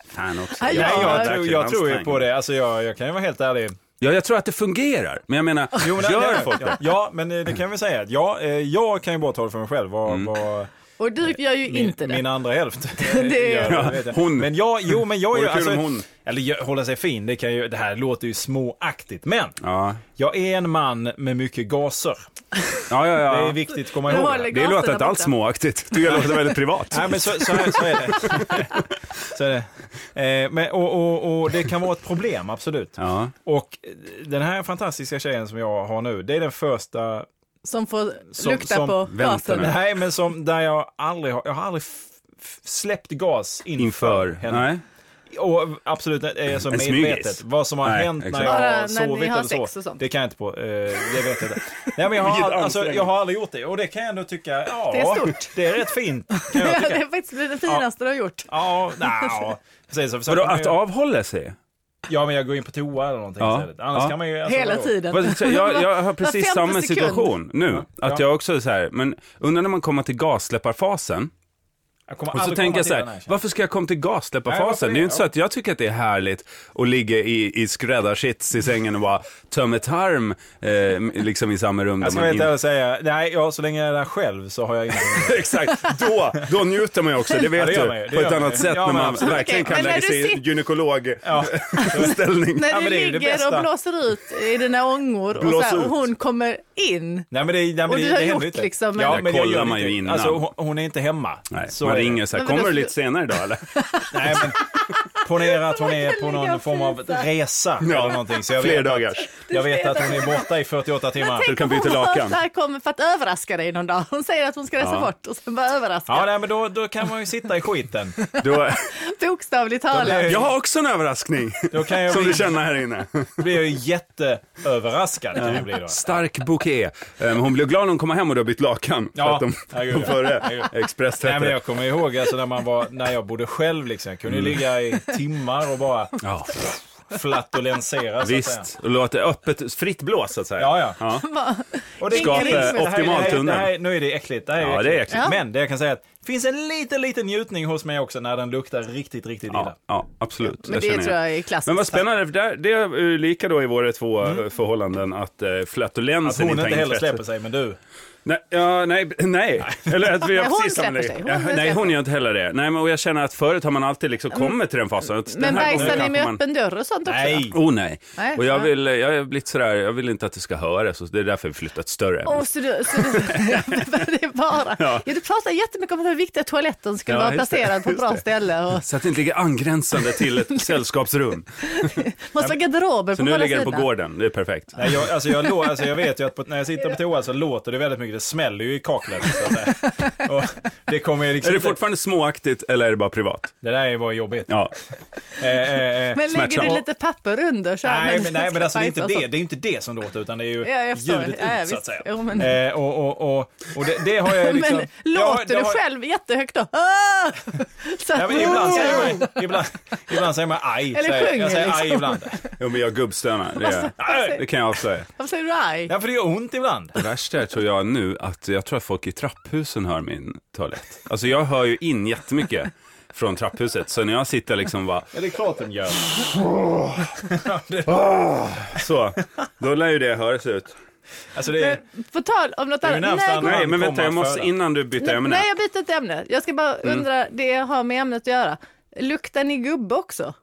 Fan också.
Ja,
Nej, jag,
Ja,
tror, jag tror ju på det. Alltså, jag, jag kan ju vara helt ärlig.
Ja, jag tror att det fungerar. Men jag menar, gör folk
ja,
det? Mm.
ja, men eh, det kan vi säga. Ja, eh, jag kan ju bara tala för mig själv. Vad, vad,
Och du gör ju
Min,
inte det.
min andra hälft.
Det är-
Gör det, vet jag.
Hon.
Men jag, jo men jag
Vore
gör
kul om hon-
Eller gör- hålla sig fin, det, kan ju, det här låter ju småaktigt. Men
Ja,
jag är en man med mycket gaser.
ja, ja.
Det
ja.
är viktigt att komma
Men
ihåg.
håll
det.
i-
Det låter inte
Gaserna
alls
borta.
småaktigt. Det låter väldigt privat.
Nej men så, så, är, så är det. så är det. Eh, men, och, och, och det kan vara ett problem, absolut.
Ja.
Och eh, den här fantastiska tjejen som jag har nu, det är den första
Som får
Som-
lukta
som
på
väntar
gasen.
nu.
Nej, men som där jag aldrig har, jag har aldrig f- f- släppt gas inför,
Inför.
henne.
Nej.
Och absolut, eh, som
En smygis.
medvetet, vad som har
Nej,
hänt när
exakt.
jag
Bara
har
när ni
sovit
har
eller
sex
så.
och sånt.
Det kan jag inte på, eh, det vet jag inte. Nej, men jag, har,
Vilket
alltså, jag
ansträngning.
har aldrig gjort det och det kan jag ändå tycka, ja,
Det är stort.
det är rätt fint. Kan jag
Ja, det
tycka.
är faktiskt det finaste du har gjort.
Ja, nja, precis. Så
Vadå,
försöker man
att
ju,
avhålla sig?
ja, men jag går in på toa eller någonting
Ja.
istället. Annars
Ja.
kan man ju... Alltså,
Hela
vadå?
tiden.
Vad- så Jag, jag har
Var
precis
femte
samma
sekund.
situation nu. Att
Ja.
jag också är så här, men undrar när man kommer till gassläpparfasen.
Jag kommer
Och så
aldrig
tänker
komma
jag
till
så
den
här,
tjejen.
varför ska jag komma till
Nej, varför
gassläpparfasen? Det är
det?
ju inte så att jag tycker att det är härligt att ligga i, i skräddarsits i sängen och bara tömma tarm eh, liksom i samma rum.
Jag ska
där man
vara helt
inte-
ärlig och säga, nej, ja, så länge jag är där själv så har jag ingenting
Exakt, då, då njuter man ju också, det
Ja,
vet
det gör man ju,
du.
det
På ett
gör man
annat
ju.
sätt
Ja,
när
men
man
absolut.
verkligen
Okej, men
kan
när
lägga
du
sig i
sitter-
Ja.
gynekologställning.
När
Ja,
du
men det är ju det
ligger
bästa.
och blåser ut i dina ångor och, så
Blås
här,
ut.
och hon kommer in.
Nej, men det, nej, men det,
Och du
det
har
händer
gjort
inte.
liksom
ja,
en-
men jag
Kollar
gör
man ju
inte.
innan.
Alltså, hon, hon är inte hemma.
Nej,
Så
man
är det.
ringer så här,
Men vadå,
kommer du
för-
lite senare idag eller?
Nej, men ponera att hon är på någon
Lägga
form av
fisa.
resa eller någonting. Så jag
Fler
vet, att,
dagars.
jag vet att hon är borta i 48 timmar.
Du kan
Hon
byta
har hört
lakan.
Det här kommer för att överraska dig någon dag. Hon säger att hon ska resa
Ja.
bort och sen bara överraska.
Ja, nej, men då, då kan man ju sitta i skiten.
Då,
Bokstavligt
blir
talat.
ju-
jag har också en överraskning
Då kan jag
som du
bli,
känner här inne.
blir jag ju jätteöverraskad. Kan jag bli då.
Stark bouquet. Eh, Hon blev glad när hon kom hem och du har bytt lakan.
Ja,
För att de,
herregud.
de före
Herregud. Nej, men
expresstvättade.
jag kommer ihåg alltså, när, man var, när jag bodde själv. Liksom. Jag kunde
Mm.
ju ligga i timmar och bara
Ja,
flatulensera. så att säga.
visst, och låt det öppet, fritt blås så att säga.
Ja, ja. Och det är
Skapa
inget liksom- det här-
optimal
det här-
tunnel.
det här- Nu är det äckligt. Det här
Ja,
är
det är
äckligt.
äckligt.
Ja.
Men det jag kan säga är att det finns en liten, liten njutning hos mig också när den luktar riktigt, riktigt illa.
Ja, Alltså, ja, absolut.
Men det
känner
tror jag är klassiskt.
Men vad spännande, för där, det är ju lika då i våra två eh, förhållanden att eh,
Mm. Att
flatulensen
hon
inte har
inte heller
intresse.
släpper sig, men du.
Nej, ja, nej, nej. Eller att vi har
Nej, hon
precis samma
släpper
läge.
sig. Hon
Ja, nej,
släpper.
hon gör inte heller det. Nej, men och jag känner att förut har man alltid liksom kommit till den fasen. Att
Men
den
bajsar
här gången
ni
kanske
med
man...
öppen dörr och sånt också?
Nej!
Oh nej.
Nej,
och jag
ja.
vill, jag har blivit sådär, jag vill inte att det ska höras. Och det är därför vi flyttat större.
Åh, så du, så du, det är bara. Ja. du pratar jättemycket om hur viktigt toaletten skulle
Ja,
vara
just det.
placerad på ett bra ställe. Och
Så att det inte ligger angränsande till ett sällskapsrum.
måste vara garderober
Så
på
nu
båda
ligger den
sidorna.
på gården, det är perfekt.
Nej, jag, alltså jag, lå- alltså jag vet ju att på, när jag sitter på toa så låter det väldigt mycket. Det smäller ju i kaklet. Så att säga. Och det kommer ju liksom
Är det
inte-
fortfarande småaktigt eller är det bara privat?
Det där var jobbigt.
Ja,
Eh, eh, eh.
Men lägger du
Smärtsamt.
lite papper under? Så här,
Nej,
när
men,
du
nej,
ska
men alltså, det, är
bajsa
inte
och
det,
sånt?
det är inte det som låter, utan det är ju
Ja, jag förstår.
ljudet
Ja, ja,
ut, så att
visst.
säga.
Jo, men-
Eh, och, och, och, och det, det har jag ju liksom...
Men
det har- det
låter du
har-
själv jättehögt då? Ah! Så
Ja,
här,
men ibland, säger man, ibland, ibland säger man aj.
Eller
säger,
sjunger
jag säger aj
liksom.
ibland.
jo, men jag gubbstönar. Det, gör jag. det kan jag avslöja.
Varför säger du aj?
Ja, för det gör ont ibland.
Det värsta är, tror jag nu att jag tror att folk i trapphusen hör min toalett. Alltså jag hör ju in jättemycket från trapphuset. Så när jag sitter liksom bara
Ja, det är klart de gör.
så, då lär ju det höras ut.
Alltså det är...
Men På tal om något
är ju
annat.
närmsta
När
annan-
går-
Nej, men vänta, jag måste,
Komma
innan du byter ämne.
Nej, jag byter ett ämne. Jag ska bara
Mm.
undra, det har med ämnet att göra. Luktar ni gubbe också?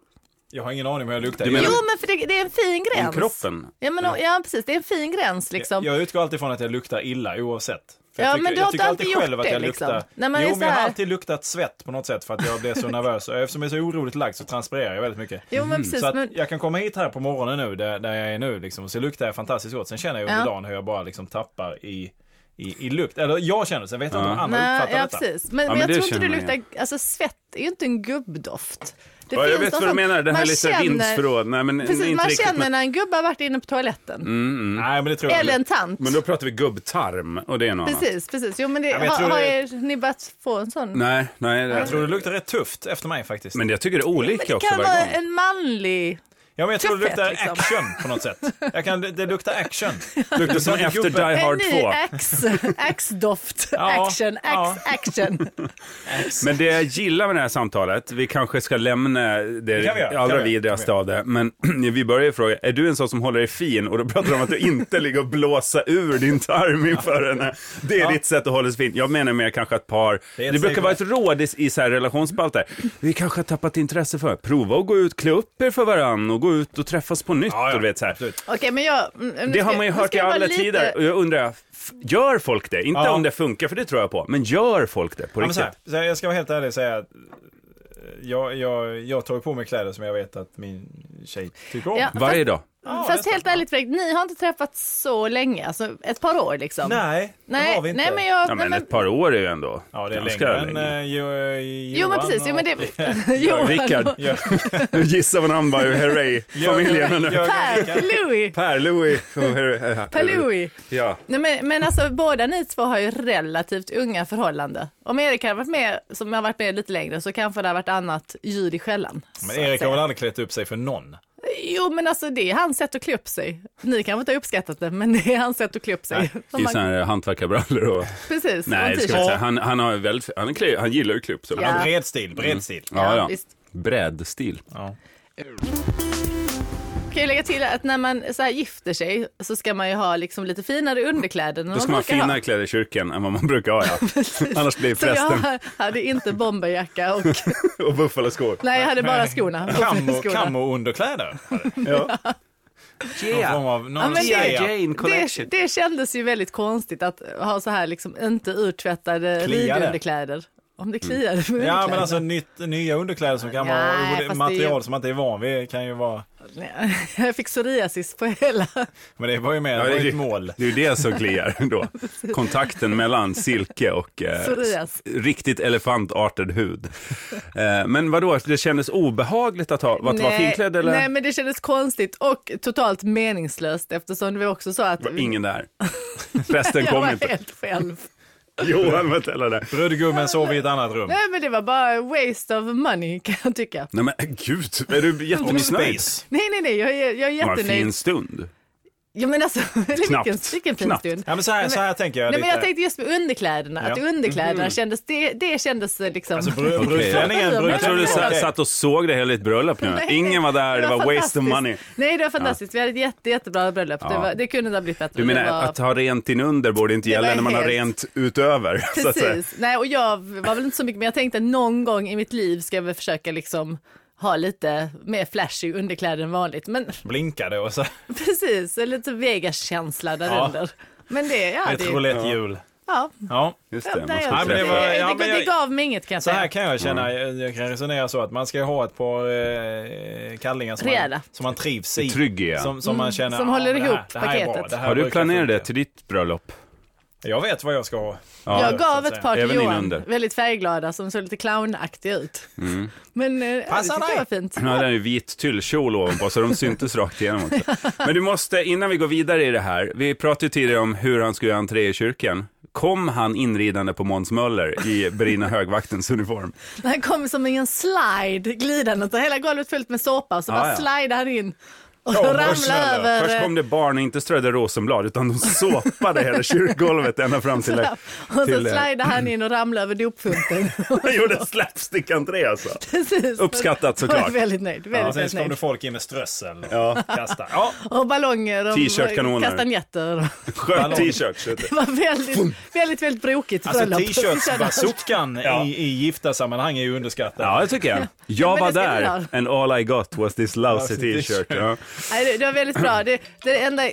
Jag har ingen aning om hur jag luktar.
Du menar-
Jo, men för det, det är en fin gräns.
Om kroppen?
Ja, men, om- ja, precis. Det är en fin gräns liksom.
Jag utgår alltid från att jag luktar illa oavsett. För
Ja,
jag tycker,
men du
jag
har
tycker
inte
alltid
alltid
själv
gjort
att jag
det,
luktar.
liksom. När man
jo,
är
men
så
jag har
här-
alltid luktat svett på något sätt för att jag blev så nervös. Och eftersom jag är så oroligt lagd så transpirerar jag väldigt mycket.
Jo, men precis.
Mm, Så att
men,
jag kan komma hit här på morgonen nu, där, där jag är nu, liksom, och så luktar jag fantastiskt gott. Sen känner jag under
Ja.
dagen hur jag bara liksom tappar i, i, i lukt. Eller jag känner, sen vet jag inte om andra
Mm. nej,
uppfattar
ja,
detta.
precis. Men, men
men
jag
det
tror inte du
känner man
luktar... Alltså, svett är ju inte en gubbdoft. Det
Ja, jag
finns
vet
något
vad du
sånt.
menar, det här
Man
lite
känner-
vindsförråd. Nej, men
Precis,
inte
man
riktigt.
känner
Men,
när en gubbe har varit inne på toaletten.
Nej, men det tror jag
Eller
inte.
en tant.
men då pratar vi gubbtarm och det är något annat.
Precis, precis. Jo, men det,
Ja, men jag
har,
tror
har
det-
er, ni börjat få en sån?
Nej, nej. Det,
Jag tror det luktar rätt tufft efter mig faktiskt.
Men jag tycker det är olika
Det
också
kan
varje
vara
gång.
en manlig
Ja, men jag tror det
Tuffhet,
luktar
liksom.
action på något sätt. Jag kan, det, det luktar action.
Luktar som
Gubbe.
efter Die
En
Hard
ny
2.
ax, axdoft,
Ja,
action, ax,
ja.
action.
Men det jag gillar med det här samtalet, vi kanske ska lämna det,
kan vi göra, kan
allra
vi göra,
vidrigaste
kan
av det, men vi börjar ju fråga, är du en sån som håller dig fin? Och då pratar de om att du inte ligger och blåsa ur din tarm inför henne. Det är ditt sätt att hålla sig fin. Jag menar mer kanske att par,
Det är
det,
ett
brukar
steg
vara ett råd i, i så här relationsspalter, vi kanske har tappat intresse för, prova att gå ut, klä upp er för varann och gå ut och träffas på nytt.
ja,
och du vet, så här.
absolut.
Okej, men jag... mm, nu
Det
ska-
har man ju
nu
hört
ska
i
jag vara
alla
lite-
tider och jag undrar, f- gör folk det? Inte
Ja.
om det funkar, för det tror jag på, men gör folk det på
Ja, men så
riktigt?
här, så här, jag ska vara helt ärlig och säga att eh, jag, jag, jag tar ju på mig kläder som jag vet att min tjej tycker om.
Ja.
Varje dag.
Ja,
Fast
det är
helt ärligt Fredrik, ni har inte träffats så länge, alltså ett par år liksom.
Nej, det
nej,
har vi inte.
nej men jag...
Ja,
nej,
men
men-
ett par år är ju ändå
Ja, det är
ganska
längre än eh, jo, eh, Johan.
Jo men precis, jo men det...
Ja,
Johan
Rickard.
och-
Ja,
Nu
eh,
gissar man namn bara, hurray, familjen.
Jörgen-
nu.
Jörgen
Per,
Rickard.
Louis,
Per, Louis. och hur-
Per Louis.
eh, Ja.
Nej, men, men alltså båda ni två har ju relativt unga förhållanden. Om Erik hade varit med, som har varit med lite längre, så kanske det hade varit annat ljud i skällan. så
Men
att
Erik har
säga.
väl aldrig klätt upp sig för någon?
Jo men alltså det är hans sätt att klä upp sig. Ni kanske inte har uppskattat det, men det är hans sätt att klä upp sig. Som
I
man-
sådana här hantverkarbrallor och...
Precis, och
Nej,
en
det ska
t-shirt.
vi inte säga. Han, han, har ju väldigt, han, är kli- han gillar ju klubb. Så.
Ja.
Ja. Bred stil, bred stil.
Ja, ja.
visst.
Brädstil.
Ja.
Kan jag lägga till att när man så här gifter sig så ska man ju ha liksom lite finare underkläder än
Då ska man ha
brukar
finare kläder i kyrkan än vad man brukar ha, ja. Annars blir
Så jag
prästen
hade inte bomberjacka och
och buffaloskor.
nej, jag hade bara skorna.
Eh, Kammo,
skorna.
kammo-underkläder.
Ja.
Någon form av... Någon
Ja, men
serie.
det- Det, det kändes ju väldigt konstigt att ha så här liksom inte urtvättade
Kliade.
ridunderkläder. Om det kliade med
Ja,
underkläder.
men alltså nytt, nya underkläder som kan
Nej,
vara
fast det är-
material som man inte är van vid kan ju vara...
Nej,
alltså-
Jag fick psoriasis på hela.
Men det var ju mer
Ja,
det var
det,
ju
är-
ett mål.
det är ju det som kliar då. Kontakten mellan silke och eh,
Psorias.
riktigt elefantartad hud. Eh, men vadå, det kändes obehagligt att, ha, att vara finklädd eller?
nej, men det kändes konstigt och totalt meningslöst eftersom vi också sa att
Det var ingen där. Prästen
jag
kom
var
inte.
helt själv.
Johan var inte heller där.
Brudgummen sov i ett annat rum.
Nej, men det var bara waste of money kan jag tycka.
Nej men gud, är du jättemissnöjd?
Space.
Nej, nej, nej, jag är, jag är
Det var en
jättenöjd.
fin stund.
Ja, men alltså,
Knappt.
vilken, vilken fin
Knappt.
stund.
Ja, men så här, så här tänker jag
Nej, men jag
lite.
tänkte just med underkläderna, att
Ja.
underkläderna
Mm.
kändes, det, det kändes eh, liksom...
Alltså, bru-
Okej.
brudklänningen,
Jag
Jag tror du sa-
brudklänningen.
satt och såg det hela ditt bröllop nu.
Nej,
Ingen var där, det var waste of
fantastiskt.
money.
Nej, det var fantastiskt. Vi hade ett jätte, jättebra bröllop. Det,
Ja.
var, det kunde inte ha blivit bättre.
Du menar
det var...
att ha rent inunder borde inte gälla
var
när man har
helt-
rent utöver? Så att säga.
Precis. Nej, och jag var väl inte så mycket, men jag tänkte att någon gång i mitt liv ska jag väl försöka liksom ha lite mer flashy underkläder än vanligt. Men
Blinkade och så.
precis, en lite Vegas-känsla där
Ja.
under. Men det, ja,
Ett
det,
roulettehjul.
ja,
Ja.
Just
ja,
det, man
nej,
skulle
men
jag-
det
det,
träffa.
var- ja,
det,
men jag-
det gav mig inget kan jag
Så här
säga.
kan jag känna, jag kan resonera så att man ska ha ett par eh, kallingar som man,
Rejäla. Mm.
som man trivs i.
Trygg i, ja.
Som, som man känner,
Som håller
men det här-
ihop
det här är bra,
paketet.
det här
Har du
brukar
planerat det
funka.
till ditt bröllop?
Jag vet vad jag ska ha.
Jag
så
gav
att
ett
säga.
par till
Även
Johan,
inunder.
väldigt färgglada som såg lite clownaktiga ut. Men eh, ja, det
Mm. Passar
tyckte
dig.
jag var fint.
Han hade en vit tyllkjol ovanpå så de syntes rakt igenom också. Men du måste, innan vi går vidare i det här, vi pratade ju tidigare om hur han skulle göra entré i kyrkan. Kom han inridande på Måns Möller i Brina högvaktens uniform?
Han kom som i en slide glidande, så hela golvet fullt med såpa och så
Ah,
Ja,
bara
ja.
slidade han in och
Ja,
ramlade
snälla.
över.
Först
eh,
kom det barn och inte strödde rosenblad utan de såpade hela kyrkgolvet ända fram till...
och så
till, eh,
slidade han in och ramlade över dopfunten.
Han gjorde slapstick-entré alltså.
Precis.
Uppskattat
Jag var
såklart.
väldigt nöjd.
Ja,
Väldigt,
sen
väldigt
så kom det
nöjd.
folk in med strössel och
Ja.
kasta. Ja,
Och ballonger och
T-shirt-kanoner.
kastanjetter.
Skön t-shirt. vet du.
Det var väldigt, väldigt, väldigt brokigt
alltså
bröllop.
t-shirtsbazookan
Ja.
i, i gifta sammanhang är ju underskattad.
Ja, det tycker jag. Jag
Men
var
det ska vi
där
ha.
and all I got was this lousy
Lousy
t-shirt. Ja.
Nej, det, det var väldigt bra. Det, det enda...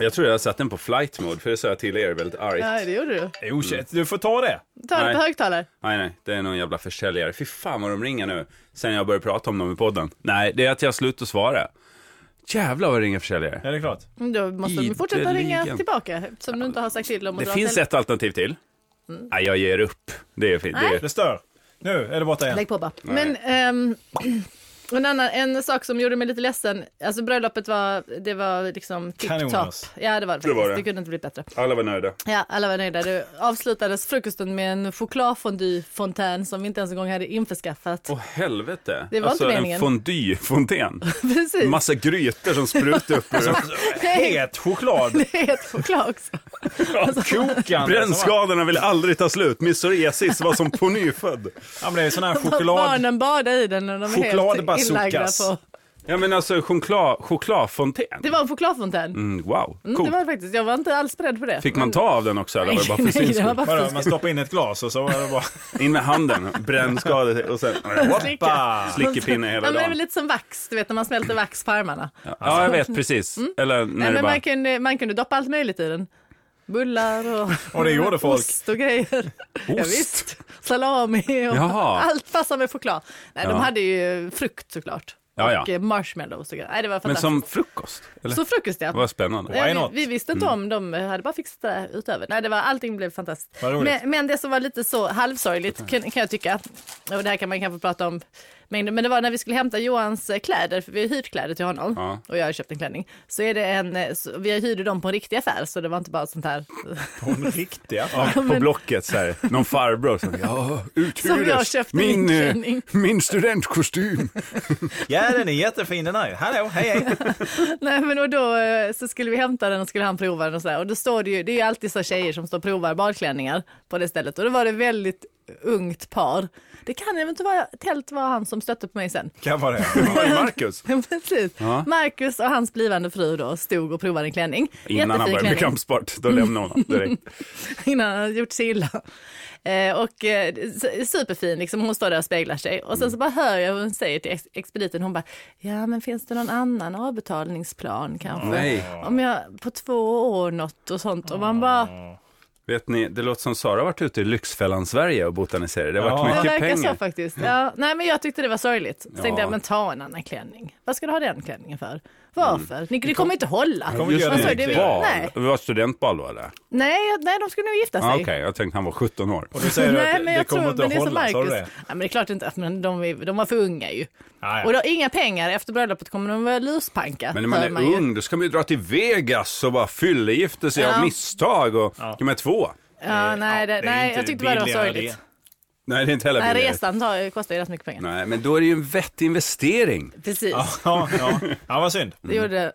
Jag tror jag satte den på flight mode för det sa jag till er väldigt argt.
Nej, det gjorde du.
Jo, Oh, shit, du får ta det.
Ta det
Nej.
på högtalare.
Nej, nej, det är någon jävla försäljare. Fy fan vad de ringer nu, sen jag började prata om dem i podden. Nej, det är att jag har slut att svara. Jävlar vad det ringer försäljare.
Ja, det är klart.
Mm, Då måste de fortsätta
Ideligen.
ringa tillbaka eftersom du inte har sagt till dem. att
Det
dra
finns
till-
ett alternativ till.
Mm.
Nej, jag ger upp. Det är fint. Det är...
Det stör. Nu är det borta igen.
Lägg på bara. Men, ehm, Och en, annan, en sak som gjorde mig lite ledsen, alltså bröllopet var, det var liksom tip-top.
Kanonas.
Ja det var det,
Det var
faktiskt.
det.
det kunde inte bli bättre.
Alla var nöjda.
Ja, alla var nöjda. Det avslutades frukosten med en chokladfondyfontän som vi inte ens en gång hade införskaffat.
Åh helvete.
Det var
alltså
inte
en
meningen.
fondyfontän.
Precis.
Massa grytor som sprutar upp
Alltså,
ur den.
Nej, Alltså,
Het choklad.
det är ett choklad också.
Kokande.
Brännskadorna ville aldrig ta slut. Psoriasis var som på nyfödd.
Ja, men det är sån här choklad...
Alltså, Barnen badade i den och de var helt
Chokladbazookas.
inlagda på.
Ja men alltså choklad, chokladfontän.
Det var en chokladfontän.
Mm, wow,
Mm,
coolt.
det var det faktiskt. Jag var inte alls beredd på det.
Fick man ta av den också eller var det bara för
Nej,
syns
det var
skull?
bara för
Vadå,
skull.
man stoppar in ett glas och så var det bara...
In med handen, brännskador och sen
Slicka.
Bah.
slickepinne hela
Ja, men det är väl
dagen.
lite som vax, du vet när man smälter vax på armarna.
Ja jag vet precis. Eller
Mm. Nej,
när det
men
bara...
man, kunde, man kunde doppa allt möjligt i den. Bullar och,
Och det gjorde folk.
ost och grejer. Ja, visst. Salami och
Jaha.
allt passar med choklad. Nej,
Ja.
De hade ju frukt såklart.
Ja, ja.
Och eh, marshmallows och grejer. Nej, det var
Men
fantastiskt.
som frukost? Eller?
Så frukost ja.
Vad spännande.
Why
Nej,
not? Mm.
vi, vi visste inte om de hade bara fixat det där utöver. Nej, det var, allting blev fantastiskt.
Vad roligt. Mm.
Men, men det som var lite så halvsorgligt kan, kan jag tycka, och det här kan man kanske prata om mängden, men det var när vi skulle hämta Johans eh, kläder, för vi har hyrt kläder till honom
Ja.
och jag har köpt en klänning. Så är det en, eh, så, vi hyrde dem på en riktig affär så det var inte bara sånt här
Hon riktiga
Ja,
fan.
på
men-
Blocket så här, någon farbror som ja,
Som jag
uthyrdes.
köpte
Min,
min
eh,
klänning."
min studentkostym.
Ja, den är jättefin den här. Hallå, hej hej.
Nej men och då eh, så skulle vi hämta den och skulle han prova den och sådär. Och då står det ju, det är ju alltid så tjejer som står och provar badklänningar på det stället. Och då var det väldigt ungt par. Det kan eventuellt vara han som stötte på mig sen.
Kan vara det.
Det var ju Marcus.
Ja, Precis. Marcus och hans blivande fru då stod och provade en klänning.
Innan han började med
klänning.
kampsport, då lämnade hon honom direkt.
Innan han hade gjort sig illa. Eh, och eh, su- superfin, liksom, hon står där och speglar sig. Och
Mm.
sen så bara hör jag hur hon säger till ex- expediten, hon bara, ja men finns det någon annan avbetalningsplan kanske?
Nej.
Om jag, på två år något och sånt. Och man bara,
Ah. Vet ni, det låter som Sara har varit ute i Lyxfällan Sverige och botaniserat. Det har varit
Ja.
det
mycket
verkar
pengar.
så faktiskt. Ja, nej men jag tyckte det var sorgligt. Så
Ja.
tänkte jag, men ta en annan klänning. Vad ska du ha den klänningen för? Varför?
Mm.
Ni, det kommer inte hålla.
kommer inte göra
Vad sa
det.
du?
Det är
Bal.
Nej.
Det var studentbal då eller?
Nej, nej, de skulle nog gifta sig.
Ah, Okej, jag tänkte han var 17 år.
Och då säger du
Nej,
att
men
det
jag
kommer
tror,
inte
men
att
det är som
hålla, sa du
Marcus.
det?
Nej, men det är klart inte, men de, är- de var för unga ju.
Ja, ja.
Och de har inga pengar, efter bröllopet kommer de väl luspanka.
Men när man
hör
är
ju.
ung, då ska man ju dra till Vegas och bara fyllegifta sig
Ja.
av misstag. Och ja. de är två.
Ja, nej, det,
Ja, det är
nej
inte
jag tyckte bara det var
billigare
sorgligt.
Nej, det är inte heller
Nej,
billigare.
resan tar, kostar ju rätt mycket pengar.
Nej, men då är det ju en vettig investering.
Precis,
Ja, ja. ja, vad synd.
det gjorde...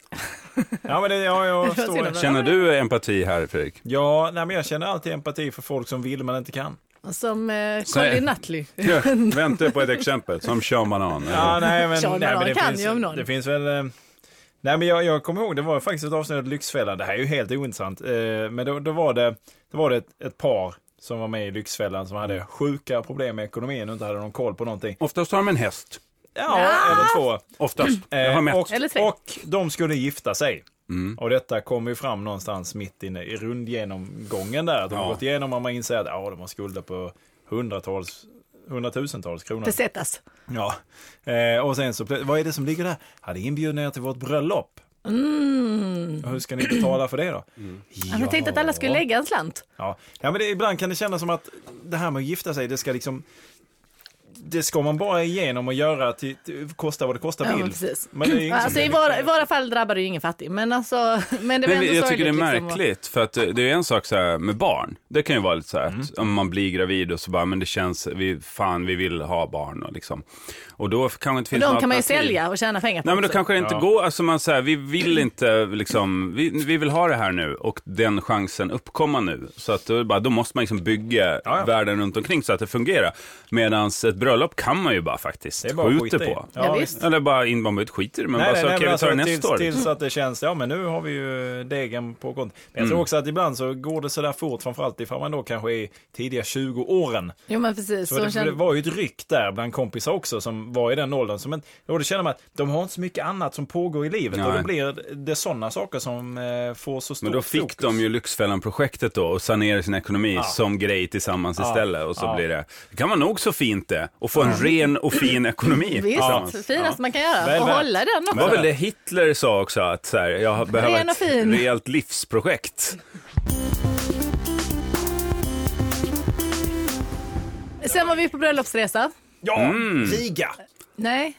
Ja, men det, ja, jag
synd
förstår
om
det.
det.
Känner du empati här Fredrik?
Ja, nej, men jag känner alltid empati för folk som vill men inte kan.
Som eh, Colin Nutley.
Ja, Vänta på ett exempel, som Sean Banan.
Ja, nej, men,
Sean
nej, men
Banan
det,
kan
finns,
ju om någon.
det finns väl... eh, Nej, men jag, jag kommer ihåg, det var faktiskt ett avsnitt av Lyxfällan. Det här är ju helt ointressant. Eh, men då, då var det, då var det ett, ett par som var med i Lyxfällan som hade sjuka problem med ekonomin och inte hade någon koll på någonting.
Oftast har de en häst.
Ja, eller två.
Oftast. Jag har
Eh,
mätt. Mm.
och,
Eller tre.
och de skulle gifta sig. Och detta kom ju fram någonstans mitt inne i rundgenomgången där. Att de har
Ja.
gått igenom och man inser att ja, de har skulder på hundratals, hundratusentals kronor.
Pesetas.
Ja. Eh, och sen så, plö- vad är det som ligger där? Ja, det inbjuder er till vårt bröllop.
Mm.
Och Hur ska ni betala för det då?
Mm.
Ja. Jag tänkte att alla skulle lägga en slant.
Ja, ja men det, ibland kan det kännas som att det här med att gifta sig, det ska liksom det ska man bara igenom och göra till, till kosta vad det kostar
Ja,
vill.
men precis.
Men det är ju ingen som
Alltså, i,
blir-
våra, I våra fall drabbar det ju ingen fattig, men alltså... Men det var
Men
ändå
vi- jag tycker det är
sorgligt, liksom, och-
märkligt, för att eh, det är en sak så här med barn. Det kan ju vara lite så här
Mm.
att om man blir gravid och så bara, men det känns, vi, fan vi vill ha barn och liksom. Och då kanske
Och
inte finns
de
något
kan man ju
alternativ.
sälja och tjäna pengar på.
Nej men då
också.
kanske det inte
Ja.
går, alltså man säger vi vill inte liksom, vi, vi vill ha det här nu och den chansen uppkomma nu. Så att då, är det bara, då måste man liksom bygga
ja.
världen runt omkring så att det fungerar. Medan ett bröllop kan man ju bara faktiskt
Det är bara att
skjuta
skita i.
på.
Ja,
Ja, visst.
Eller bara inbombigt skiter i det, men bara så okej
men
vi tar det
alltså,
nästa år.
tills, tills att det känns, ja men nu har vi ju degen på kontot. Men jag
Mm.
tror också att ibland så går det sådär fort, framförallt ifall man då kanske är tidiga 20-åren.
Jo, men precis.
Så
Så
det, för
kände-
det var ju ett ryck där bland kompisar också som var i den åldern. Som en, då det känner man att de har inte så mycket annat som pågår i livet och
Nej.
då blir det sådana saker som eh, får så stort
Men då fick
fokus.
de ju Lyxfällan-projektet då och sanerade sin ekonomi som grej tillsammans istället. Och så
Ja.
blir det, det kan vara nog så fint det, och få en ren och fin ekonomi
Visst,
tillsammans.
finast man kan göra.
Väl
och
värt.
hålla den också.
Det var väl det Hitler sa också, att så här, jag behöver
Ren och
ett
fin.
rejält livsprojekt.
Sen var vi på bröllopsresa.
Mm.
Ja, Riga!
Nej,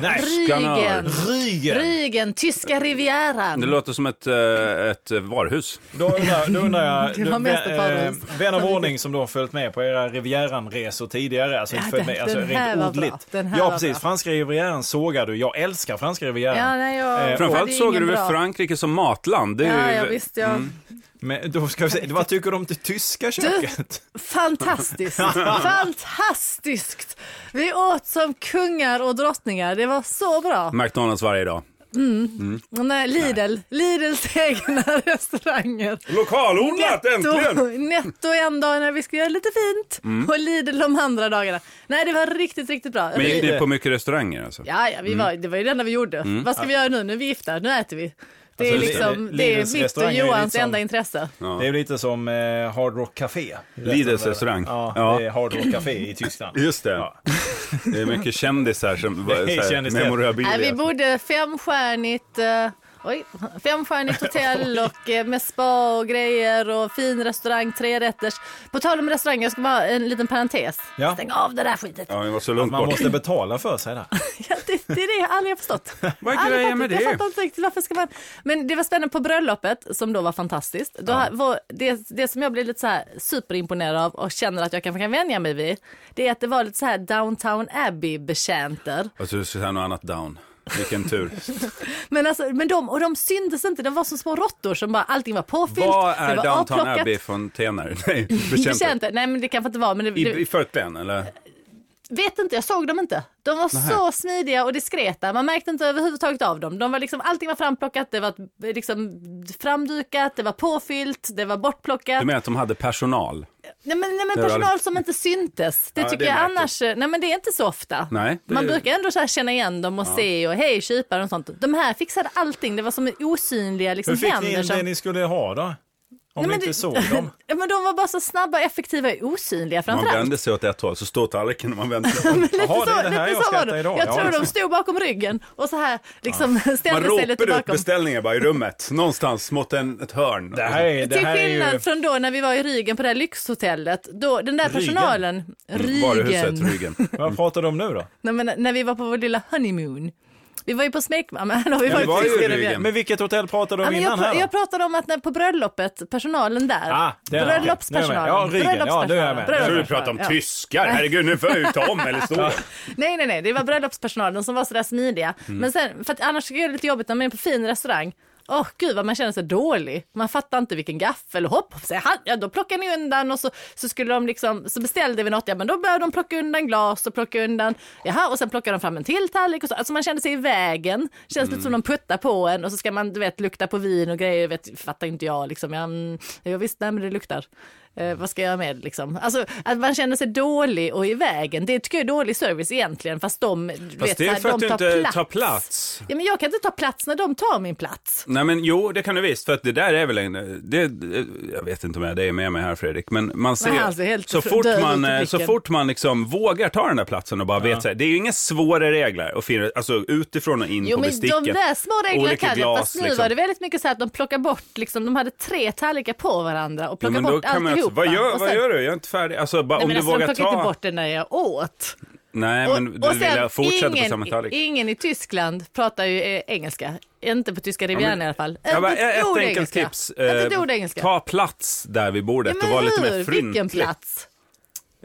Nej,
Rügen.
Rügen!
Rügen, tyska rivieran.
Det låter som ett, eh, ett varuhus.
Då undrar, då undrar jag,
Det
du,
var mest
vä-
ett parallell.
eh, vän av ordning som då har följt med på era Rivieran-resor tidigare, alltså inte
Ja,
följt
den-
med, alltså
den här
rent
var bra.
ordligt.
Den här
Ja
var
precis,
bra.
franska Rivieran sågar du, jag älskar franska Rivieran.
Ja, nej, jag,
Eh,
det
Framförallt
är
såg
ingen
du väl Mm.
bra.
Frankrike som matland. Det
Ja,
är
ja,
ju,
visst, jag...
Men då ska vi se, vad tycker du om det tyska köket?
Fantastiskt! Fantastiskt! Vi åt som kungar och drottningar. Det var så bra.
McDonalds varje dag.
Nej, Lidl. Lidls egna restauranger.
Lokalodlat äntligen! Mm.
netto en dag när vi skulle göra lite fint och Lidl de andra dagarna. Nej, det var riktigt, riktigt bra.
Men gick ni på mycket restauranger alltså?
Ja, ja,
Mm.
vi var, det var ju det enda vi gjorde. Vad ska vi göra nu? Nu är vi gifta, nu äter vi. Det är,
Alltså,
liksom,
Lidl-
det är
Lidls
mitt och
restaurang är
Johans
liksom-
enda intresse.
Det är lite som eh, Hard Rock Café.
Lidls restaurang.
Ja,
Ja.
det är Hard Rock Café i Tyskland.
Just det.
Ja.
Det är mycket kändisar som så
Det är
här,
kändisar.
memorabilia.
Nej, vi bodde femstjärnigt, eh, oj, femstjärnigt hotell och eh, med spa och grejer och fin restaurang, trerätters. På tal om restaurang, jag ska bara ha en liten parentes.
Ja.
Stäng av det där skitet.
Ja, vi var så långt
Man
bort.
måste betala för sig där.
Ja, det, det är det jag aldrig har förstått.
Vad är
Aldrig
grejen med
fattat. Jag
det?
fattar inte riktigt varför ska man... Men det var spännande på bröllopet som då var fantastiskt. Då var det, det som jag blev lite så här superimponerad av och känner att jag kan, kan vänja mig vid. Det är att det var lite så här Downtown Abbey-betjänter.
Alltså, du ska säga något annat down. Vilken tur.
Men, alltså, men de, och de syntes inte, de var som små råttor som bara allting var påfyllt.
Vad
det
är
var
Downton
avplockat.
Abbey fontäner? Nej, betjänter.
Betjänter. Nej men det kanske inte var, men det,
I, I
det,
förkläden eller?
vet inte, jag såg dem inte. De var så smidiga och diskreta, man märkte inte överhuvudtaget av dem. De var liksom, allting var framplockat, det var liksom framdukat, det var påfyllt, det var bortplockat.
Du menar att de hade personal?
Nej men, nej, men
Det var-
personal som inte syntes. Det
Ja,
tycker
det
jag
märker.
annars, nej men det är inte så ofta.
Nej, det-
Man brukar ändå så här känna igen dem och se och hej kypare och sånt. De här fixade allting, det var som osynliga liksom,
Hur fick ni
händer
in
som...
det ni skulle ha då? Om ni
men
inte
det-
såg dem?
Ja, men de var bara så snabba, effektiva och osynliga
Man
framförallt.
vände sig åt ett håll, så står tallriken och man vänder sig
Lite
Jaha,
så,
det är det här jag
lite så
ska
var
äta
de.
idag.
Jag
Ja,
tror de
just
stod bakom ryggen och så här liksom
Man
ställde sig lite
ropar ut
bakom.
beställningar bara i rummet, någonstans mot en, ett hörn.
Det här är, det
Till
här är ju...
skillnad från då när vi var i Ryggen på det här lyxhotellet. Då, den där personalen,
Mm,
Varuhuset,
Ryggen.
ryggen.
Vad pratar du om nu då?
Nej, men när vi var på vår lilla honeymoon. Vi var ju på smekmamma. Ja, vi
var ju i
Ryggen.
Rügen.
Men vilket hotell pratade du
Ja,
om
men jag,
innan
pra-
här?
jag pratade om att när, på bröllopet, personalen där.
Ah, det är-
bröllopspersonalen.
okej. Nu är jag med. Ja, Rügen. Ja, nu är jag med.
Jag
Jag
trodde
tror
du pratade om
Ja.
tyskar, herregud nu får jag ju ta om eller stå.
Nej, nej, nej, det var bröllopspersonalen som var sådär smidiga. Men sen, för att annars tycker jag det är lite jobbigt när man är på fin restaurang. Åh gud vad man känner sig dålig. Man fattar inte vilken gaffel. Hopp, säger han. Ja, då plockar ni undan och så, så skulle de liksom, så beställde vi något. Ja, men då började de plocka undan glas och plocka undan. Jaha, och sen plockar de fram en till tallrik och så. Alltså man känner sig i vägen. Känns lite som de puttar på en och så ska man, du vet, lukta på vin och grejer. Vet, fattar inte jag liksom. Ja, mm, jag visst, nej men det luktar. Eh, vad ska jag göra med det, liksom? Alltså att man känner sig dålig och i vägen. Det tycker jag är dålig service egentligen. Fast de, du
Fast
vet,
det är
så här,
för att
de
du
tar
inte
plats.
tar plats. Mm,
Ja, men jag kan inte ta plats när de tar min plats.
Nej men jo, det kan du visst, för att det där är väl en, det, jag vet inte om jag- det är med mig här Fredrik, men man ser,
Men han ser helt
så,
fr-
fort
död
man,
ut i
eh, så
blicken.
fort man liksom vågar ta den där platsen och bara vet så här, det är ju inga svåra regler och finna, alltså utifrån och in
Jo
på
men
besticken.
de där små reglerna
Olika
kan jag. Fast
glas,
nu
liksom.
var det väldigt mycket så här att de plockar bort, liksom, de hade tre tallrikar på varandra och
Ja,
plockar
men då
bort
kan man
alltihopa.
också- vad, gör,
Och
vad
sen-
gör du? Jag är inte färdig. Alltså, bara,
Nej,
om
men
du
alltså, de
vågar
plockar inte
ta...
bort den när jag åt.
Nej, men du vill jag fortsätta
ingen,
på samma tallrik.
ingen i Tyskland pratar ju eh, engelska. Inte på tyska rivieran i alla fall.
Jag bara,
Inte ett
ett
ord
enkelt
engelska.
tips.
Inte ett
Eh,
ord engelska.
Ta plats där vid bordet och var lite mer
Vilken
fryntlig.
plats?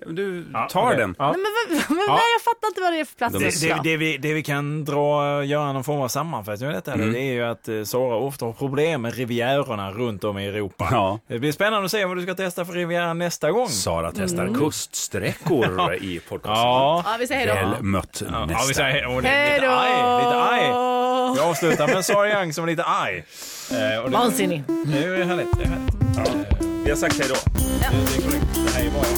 Du tar
okej.
den.
Ja.
Nej, men, vad- men, Nej, jag fattar inte vad det är för plats.
De-
jag
Det,
ska
det,
ha.
det, vi, det vi kan dra, göra någon form av sammanfattning av detta,
Mm.
det är ju att eh, Sara ofta har problem med rivierorna runt om i Europa.
Ja.
Det blir spännande att se vad du ska testa för rivieran nästa gång.
Sara testar
Mm.
kuststräckor i podcasten.
Ja, vi säger hej då.
Väl mött nästa.
Ja, vi säger och det är
Hej
lite
då!
arg, lite arg. Vi avslutar med Sara Young som är lite arg. Eh, och det,
Vansinnig.
det är härligt. Det är härligt.
Vi har sagt hej då.
Det är korrekt. Det här är bra.